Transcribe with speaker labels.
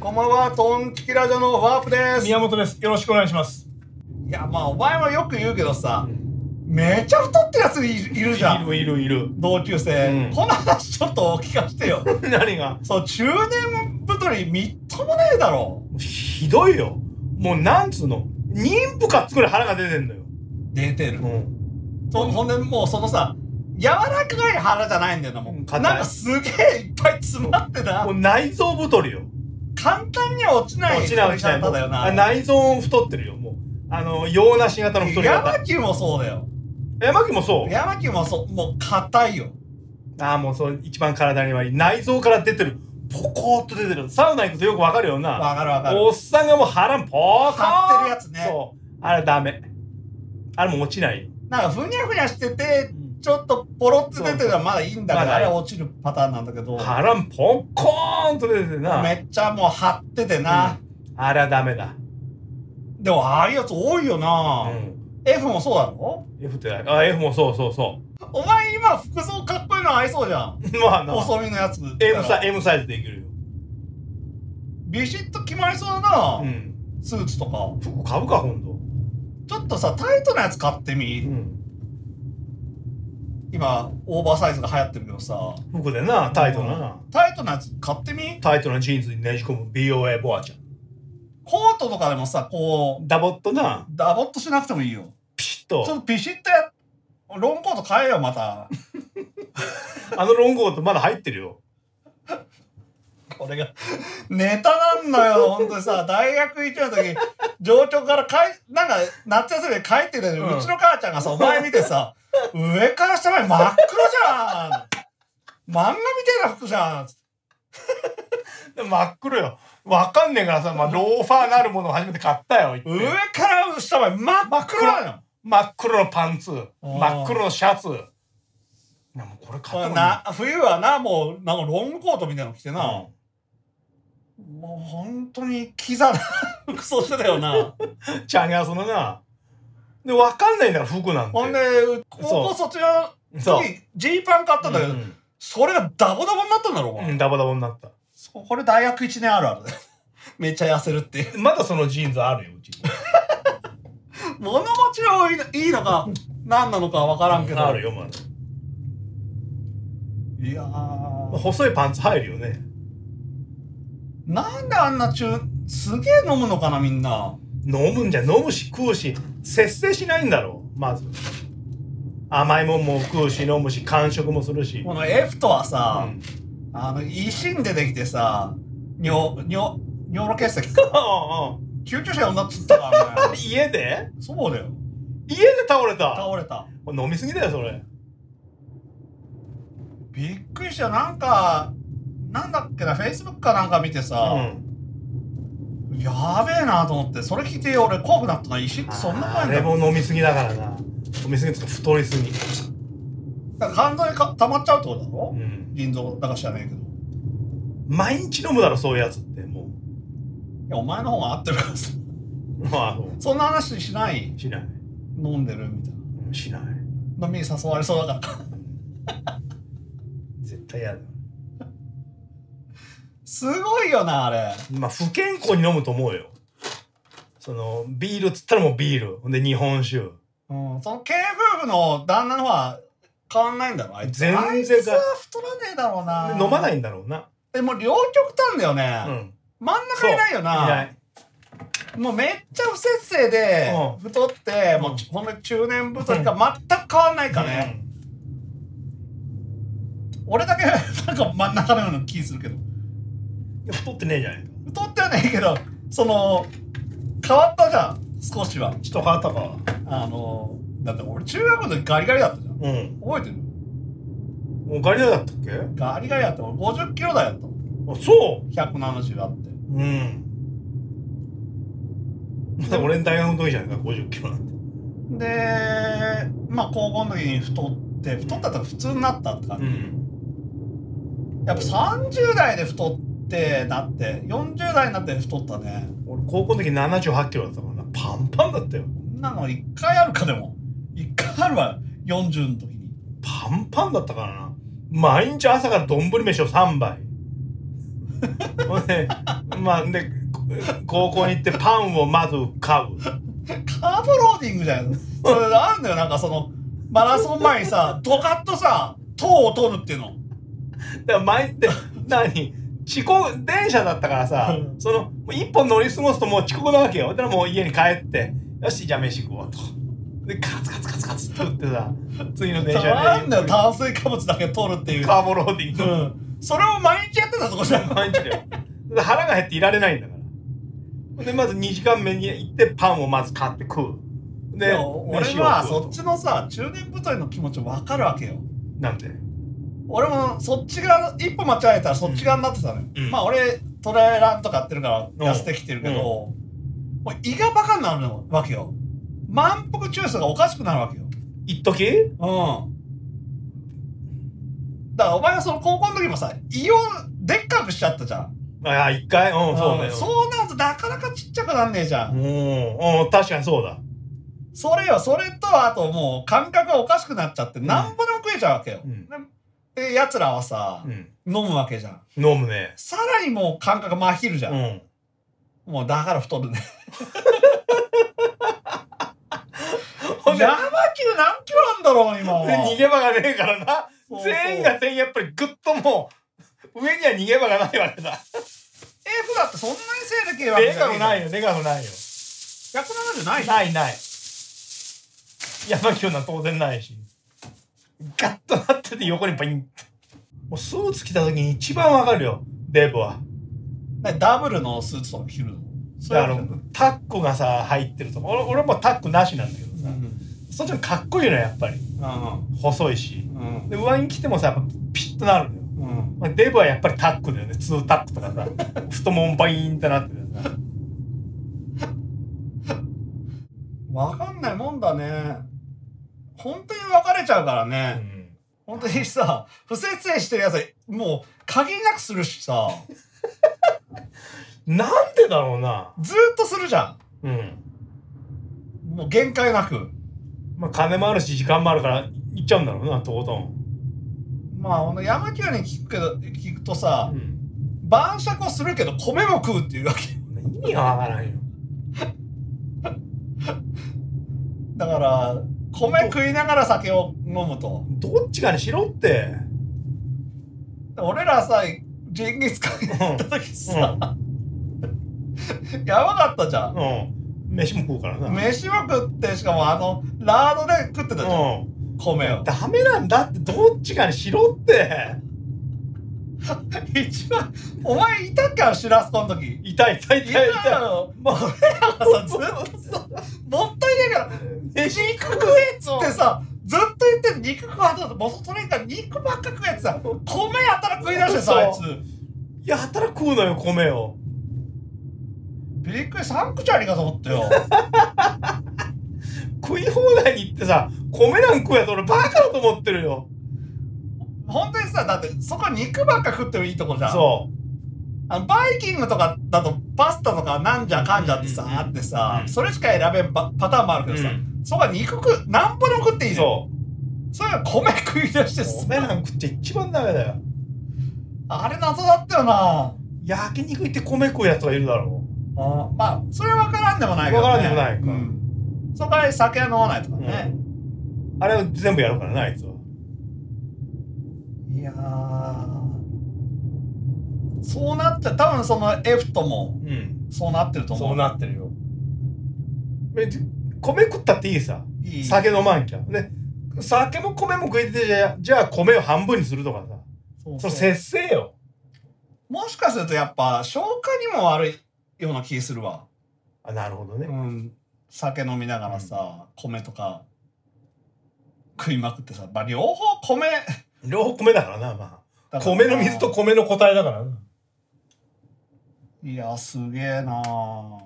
Speaker 1: こんばんは、トンチキラジオのワープです。い
Speaker 2: 宮本です。よろしくお願いします。
Speaker 1: や、まあ、お前はよく言うけどさ、めちゃ太ってるやついるいるじゃん。
Speaker 2: いるいる。
Speaker 1: 同級生、
Speaker 2: うん
Speaker 1: この話ちょっと聞かしてよ。
Speaker 2: 何が
Speaker 1: そう、中年太りみっともねえだろ。
Speaker 2: ひどいよ。もうなんつうの妊婦かっつくらい腹が出てんのよ。
Speaker 1: 出てる。
Speaker 2: うん。
Speaker 1: そほんで、もうそのさ、柔らかい腹じゃないんだよな、も
Speaker 2: うん
Speaker 1: う。
Speaker 2: 硬
Speaker 1: ないんかすげえいっぱい詰まってな
Speaker 2: もう。内臓太りよ。
Speaker 1: 簡単には落ちない。
Speaker 2: 落ちない落ちない。
Speaker 1: 太り方だよ
Speaker 2: あ
Speaker 1: な。
Speaker 2: 内臓太ってるよ。もう。あの、洋梨型の太り
Speaker 1: ヤ
Speaker 2: 方
Speaker 1: マ。キもそうだよ。
Speaker 2: 山木もそう。
Speaker 1: ヤマキもそう、もう硬いよ。
Speaker 2: ああ、もうそう、一番体に悪い。内臓から出てる。ポコーっと出てる。サウナ行くとよくわかるよな。
Speaker 1: わかるわかる。
Speaker 2: おっさんがもう腹ポーカー
Speaker 1: 張ってるやつね
Speaker 2: そう。あれダメ。あれもう落ちないよ。
Speaker 1: なんかふにゃふにゃしてて、ちょっとポロって出てるのはまだいいんだけ
Speaker 2: ま
Speaker 1: ど、
Speaker 2: だ
Speaker 1: あ
Speaker 2: いい
Speaker 1: れは落ちるパターンなんだけど、
Speaker 2: 腹ポッコーンと出ててな。
Speaker 1: めっちゃもう張っててな。
Speaker 2: あれはダメだ。
Speaker 1: でもああいうやつ多いよ
Speaker 2: う
Speaker 1: な。
Speaker 2: ん。
Speaker 1: F もそうだろ
Speaker 2: F ってない。あ、F もそうそうそ
Speaker 1: お前今服装かっこいいの合いそうじゃん。
Speaker 2: う。 まあな。
Speaker 1: 細身のやつ。
Speaker 2: M サイ M サイズできるよ。
Speaker 1: ビシッと決まりそうだな、
Speaker 2: うん。
Speaker 1: スーツとか。
Speaker 2: 服買うか、今度。
Speaker 1: ちょっとさ、タイトなやつ買ってみ。
Speaker 2: ん。
Speaker 1: 今、オーバーサイズが流行ってるけどさ。
Speaker 2: 服でな、タイトなな。
Speaker 1: タイトなやつ買ってみ
Speaker 2: タイトなジーンズにねじ込む BOA ボアちゃん。
Speaker 1: コートとかでもさ、こう、
Speaker 2: ダボっとな、
Speaker 1: ダボっとしなくてもいいよ。
Speaker 2: ピシッ
Speaker 1: ちょっ
Speaker 2: と。
Speaker 1: とピシッとやっ、ロングコート買えよ、また。
Speaker 2: あのロングコートまだ入ってるよ。
Speaker 1: これがネタなんだよ 本当にさ大学行っちゃう時上長からかいなんか夏休みで帰ってたのに、う
Speaker 2: うん
Speaker 1: ちの母ちゃんがさお前見てさ上から下まで真っ黒じゃん漫画みたいな服じゃん
Speaker 2: 真っ黒よ。わかんねえからさ、まあ、ローファーなるものを初めて買ったよ。
Speaker 1: 上から下まで真っ黒なの
Speaker 2: 真っ黒のパンツ、
Speaker 1: ー
Speaker 2: 真っ黒のシャツ。いや、もうこれ買
Speaker 1: こ
Speaker 2: った
Speaker 1: れ
Speaker 2: の
Speaker 1: な冬はなもうなんかロングコートみたいなの着てな、
Speaker 2: う
Speaker 1: もう本当にキザな服装してたよ な
Speaker 2: んチャゲアスのな。で、わかんないんだから、服なんて。
Speaker 1: ほんで高校卒業
Speaker 2: そう
Speaker 1: の。時ジーパン買ったんだけど、
Speaker 2: うん
Speaker 1: それがダボダボになったんだろお前
Speaker 2: うん、ダボダボになった。
Speaker 1: そうこれ大学1年あるあるだよ めっちゃ痩せるっていう
Speaker 2: まだそのジーンズあるよ、うちに。
Speaker 1: 物持ちがいいのいいのか何なのかわからんけど
Speaker 2: あるよ、まだ。
Speaker 1: いやー
Speaker 2: 細いパンツ入るよね。
Speaker 1: なんであんな中すげえ飲むのかなみんな
Speaker 2: 飲むんじゃ、飲むし、食うし、節制しないんだろう、まず。甘いもんも食うし、飲むし、間食もするし。
Speaker 1: この F とはさ、
Speaker 2: うん
Speaker 1: あの維新出てきてさ尿尿尿路結石
Speaker 2: う ん
Speaker 1: 救急車呼んだっつったから
Speaker 2: うん
Speaker 1: ね
Speaker 2: 家で
Speaker 1: そうだよ
Speaker 2: 家で倒れた
Speaker 1: 倒れた
Speaker 2: 飲みすぎだよ、それ。
Speaker 1: びっくりしたなんかなんだっけな Facebook かなんか見て
Speaker 2: う
Speaker 1: さ、
Speaker 2: ん。
Speaker 1: やべえなと思ってそれ聞いて俺怖くなったな石ってそんな怖い
Speaker 2: あ
Speaker 1: んだ
Speaker 2: れ
Speaker 1: よ
Speaker 2: も飲みすぎだからな。飲みすぎっていうか太りすぎ。
Speaker 1: だから肝臓にか溜まっちゃうってことだ
Speaker 2: う
Speaker 1: ろ、
Speaker 2: ん。
Speaker 1: 腎臓だか知らないけどい
Speaker 2: 毎日飲むだろ、そういうや つって、も
Speaker 1: やお前の方が合ってるからさ
Speaker 2: う。まあ、そう
Speaker 1: そんな話しない
Speaker 2: しない。
Speaker 1: 飲んでるみたい
Speaker 2: うんしない。
Speaker 1: な飲みに誘われそうだから
Speaker 2: 絶対嫌だ。
Speaker 1: すごいよなあれ
Speaker 2: まあ、不健康に飲むと思うよ。その、ビールっつったらもうビール。ほんで、日本酒。
Speaker 1: うんその系夫婦の旦那の方は変わんないんだろあいつ
Speaker 2: 全然
Speaker 1: あいつは太らねえだろうな
Speaker 2: で飲まないいんだろうな。
Speaker 1: でも両極端だよね
Speaker 2: う、ん。
Speaker 1: 真ん中いないよ
Speaker 2: いな。
Speaker 1: ないもうめっちゃ不節制で
Speaker 2: うん
Speaker 1: 太って、もうちほんで中年太りか全く変わんないからね、俺だけなんか真ん中のような気するけど
Speaker 2: うん太ってねえじゃないか。
Speaker 1: 太ってはないけどその変わったじゃん少しは
Speaker 2: ちょっと変わったか。
Speaker 1: あのだって俺中学の時ガリガリだったじゃん
Speaker 2: うん。
Speaker 1: 覚えてる
Speaker 2: おガリだったっけあ、
Speaker 1: ガリガリだった俺50キロ台だったの
Speaker 2: そ
Speaker 1: 170あって
Speaker 2: ううん。まだ俺の大学の時じゃないか、50キロなんて。
Speaker 1: でまあ高校の時に太って太ったとか普通になったって感じ、
Speaker 2: ん。
Speaker 1: やっぱ30代で太ってなって40代になって太ったね
Speaker 2: 俺、高校の時78キロだったからな。パンパンだったよ。
Speaker 1: こんなの1回あるかでも1回あるわ40の時に
Speaker 2: パンパンだったからな。毎日朝から丼飯を3杯。ほんでまあで高校に行ってパンをまず
Speaker 1: カ
Speaker 2: 買う
Speaker 1: ーブローディングじゃん。それあるんだよ、なんかその、マラソン前にさ、ドカッとさ、糖を取るっていうの。
Speaker 2: だから前って何遅刻電車だったからさ
Speaker 1: うん
Speaker 2: そのもう一本乗り過ごすともう遅刻なわけよだからもう家に帰ってよしじゃあ飯食おうとでカツカツカツカツって打ってさ次の電車で
Speaker 1: あるんだよ、
Speaker 2: カ
Speaker 1: 炭水化物だけ取るっていう。
Speaker 2: ーボローディン
Speaker 1: う
Speaker 2: グ
Speaker 1: ん。それを毎日やってたとこじゃん。
Speaker 2: 毎日だよだから腹が減っていられないんだからでまず2時間目に行ってパンをまず買って食うで
Speaker 1: でも俺
Speaker 2: 飯を
Speaker 1: は
Speaker 2: 食うと
Speaker 1: そっちのさ、中年部隊の気持ちわかるわけよ。
Speaker 2: なんて
Speaker 1: 俺もそっち側一歩間違えたらそっち側になってたのよ、
Speaker 2: うん
Speaker 1: まあ俺トレーラーとかやってるか
Speaker 2: うん
Speaker 1: ら痩せてきてるけど、もう胃がバカになるわけよ満腹中枢がおかしくなるわけよ
Speaker 2: 一時
Speaker 1: うんだからお前はその高校の時もさ胃をでっかくしちゃったじゃん
Speaker 2: ああ一回うんそうだ
Speaker 1: ん
Speaker 2: よ
Speaker 1: そうなるとなかなかちっちゃくなんねえじゃん、
Speaker 2: うんうん確かにそうだ
Speaker 1: それよそれとあともう感覚がおかしくなっちゃってなんぼでも食えちゃうわけよ、
Speaker 2: うん
Speaker 1: でやつらはさ、
Speaker 2: うん
Speaker 1: 飲むわけじゃん
Speaker 2: 飲むね
Speaker 1: さらにもう感覚麻痺るじゃん、
Speaker 2: うん
Speaker 1: もうだから太る ね。山
Speaker 2: ほ
Speaker 1: 級
Speaker 2: んで
Speaker 1: 何キロあんだろう今。
Speaker 2: で 逃げ場がねえからな
Speaker 1: そうそう
Speaker 2: 全員が全員やっぱりグッともう上には逃げ場がないわけ だ
Speaker 1: F だってそんなに背でけえわけ
Speaker 2: で
Speaker 1: じゃ
Speaker 2: か
Speaker 1: ねえ
Speaker 2: くない
Speaker 1: よ。
Speaker 2: よでかくないよ
Speaker 1: 170ないよ
Speaker 2: ないない山木な当然ないしガッとなってて横にパインってもうスーツ着た時に一番わかるよデブは
Speaker 1: ねダブルのスーツとか着るの。そ
Speaker 2: だ
Speaker 1: れ
Speaker 2: からタックがさ入ってるとか俺俺もタックなしなんだけど
Speaker 1: う
Speaker 2: さ、
Speaker 1: ん。
Speaker 2: そっちのかっこいいのよやっぱり細いし
Speaker 1: うん。
Speaker 2: で上に着てもさやっぱピッとなるのよ
Speaker 1: うん。
Speaker 2: まあ、デブはやっぱりタックだよねツータックとかさ 太ももバイーンってなってるよな
Speaker 1: わかんないもんだね。本当に別れちゃうから
Speaker 2: う
Speaker 1: ね。
Speaker 2: ん
Speaker 1: 本当にさ、不節制してるやつ、もう限りなくするしさ、
Speaker 2: なんでだろうな
Speaker 1: ずーっとするじゃ
Speaker 2: うん
Speaker 1: ん。もう限界なく。
Speaker 2: まあ金もあるし時間もあるから行っちゃうんだろうなとことん、
Speaker 1: まあ、ほんと山級に聞くけど、聞くとさ、
Speaker 2: うん、
Speaker 1: 晩酌をするけど米も食うっていうわけ
Speaker 2: 意味がわからんよ
Speaker 1: だから米食いながら酒を飲むと
Speaker 2: どっちかにしろって
Speaker 1: 俺らさジンギスカン行った時さ、 やばかったじゃん、
Speaker 2: うん飯も食うからな
Speaker 1: 飯は食ってしかもあのラードで食ってたじゃん、
Speaker 2: う
Speaker 1: 米を
Speaker 2: んダメなんだってどっちかにしろって
Speaker 1: 一番お前いたっけあのシュラスコの時
Speaker 2: 痛い痛い
Speaker 1: い
Speaker 2: 痛
Speaker 1: た
Speaker 2: い痛い
Speaker 1: よ
Speaker 2: もう
Speaker 1: 俺らがさず っとさもったいないから
Speaker 2: 飯
Speaker 1: 肉食えっつってさずっと言って肉食わんとボソトレーから肉ばっか食えってさ米やったら食い出してさあいつ
Speaker 2: そうやたら食うのよ米を
Speaker 1: びっくりサンクチャリかと思った よ
Speaker 2: 食い放題に行ってさ米なん食うやつ俺バカだと思ってるよ
Speaker 1: 本当にさだってそこ肉ばっか食ってもいいとこじゃん
Speaker 2: そう
Speaker 1: あのバイキングとかだとパスタとかなんじゃかんじゃってさ、
Speaker 2: うんうんうん
Speaker 1: あってさ、
Speaker 2: うん
Speaker 1: それしか選べんパパターンもあるけどさ、
Speaker 2: うん
Speaker 1: そこは肉食うなんぼでも食っていいの
Speaker 2: そ
Speaker 1: それは米食い出して
Speaker 2: う。
Speaker 1: さ
Speaker 2: 米なん食って一番ダメだよ。
Speaker 1: あれ謎だったよな
Speaker 2: 焼肉行って米食うやつがいるだろ
Speaker 1: あまあそれは分からんでもないけど、ね、
Speaker 2: 分からんでもないか
Speaker 1: うんそこから酒は飲まないとか
Speaker 2: う。
Speaker 1: ね、
Speaker 2: あれを全部やるからな、あいつは。
Speaker 1: いやーそうなっちゃう多分その F とも
Speaker 2: うん。
Speaker 1: そうなってると思う
Speaker 2: そうなってるよ。別に米食ったっていいさ。
Speaker 1: いい
Speaker 2: 酒飲まんきゃ。で、酒も米も食いてじゃあ、じゃあ米を半分にするとかさ。
Speaker 1: そう
Speaker 2: そ
Speaker 1: そう
Speaker 2: れ節制よ。
Speaker 1: もしかするとやっぱ消化にも悪いような気するわ、
Speaker 2: あ、なるほど
Speaker 1: う
Speaker 2: ね。
Speaker 1: ん、酒飲みながらさ、米とか食いまくってさ、まあ、両方米
Speaker 2: 両方米だからな、まあ。
Speaker 1: だから
Speaker 2: 米の水と米の個体だからな。
Speaker 1: いやすげえなあ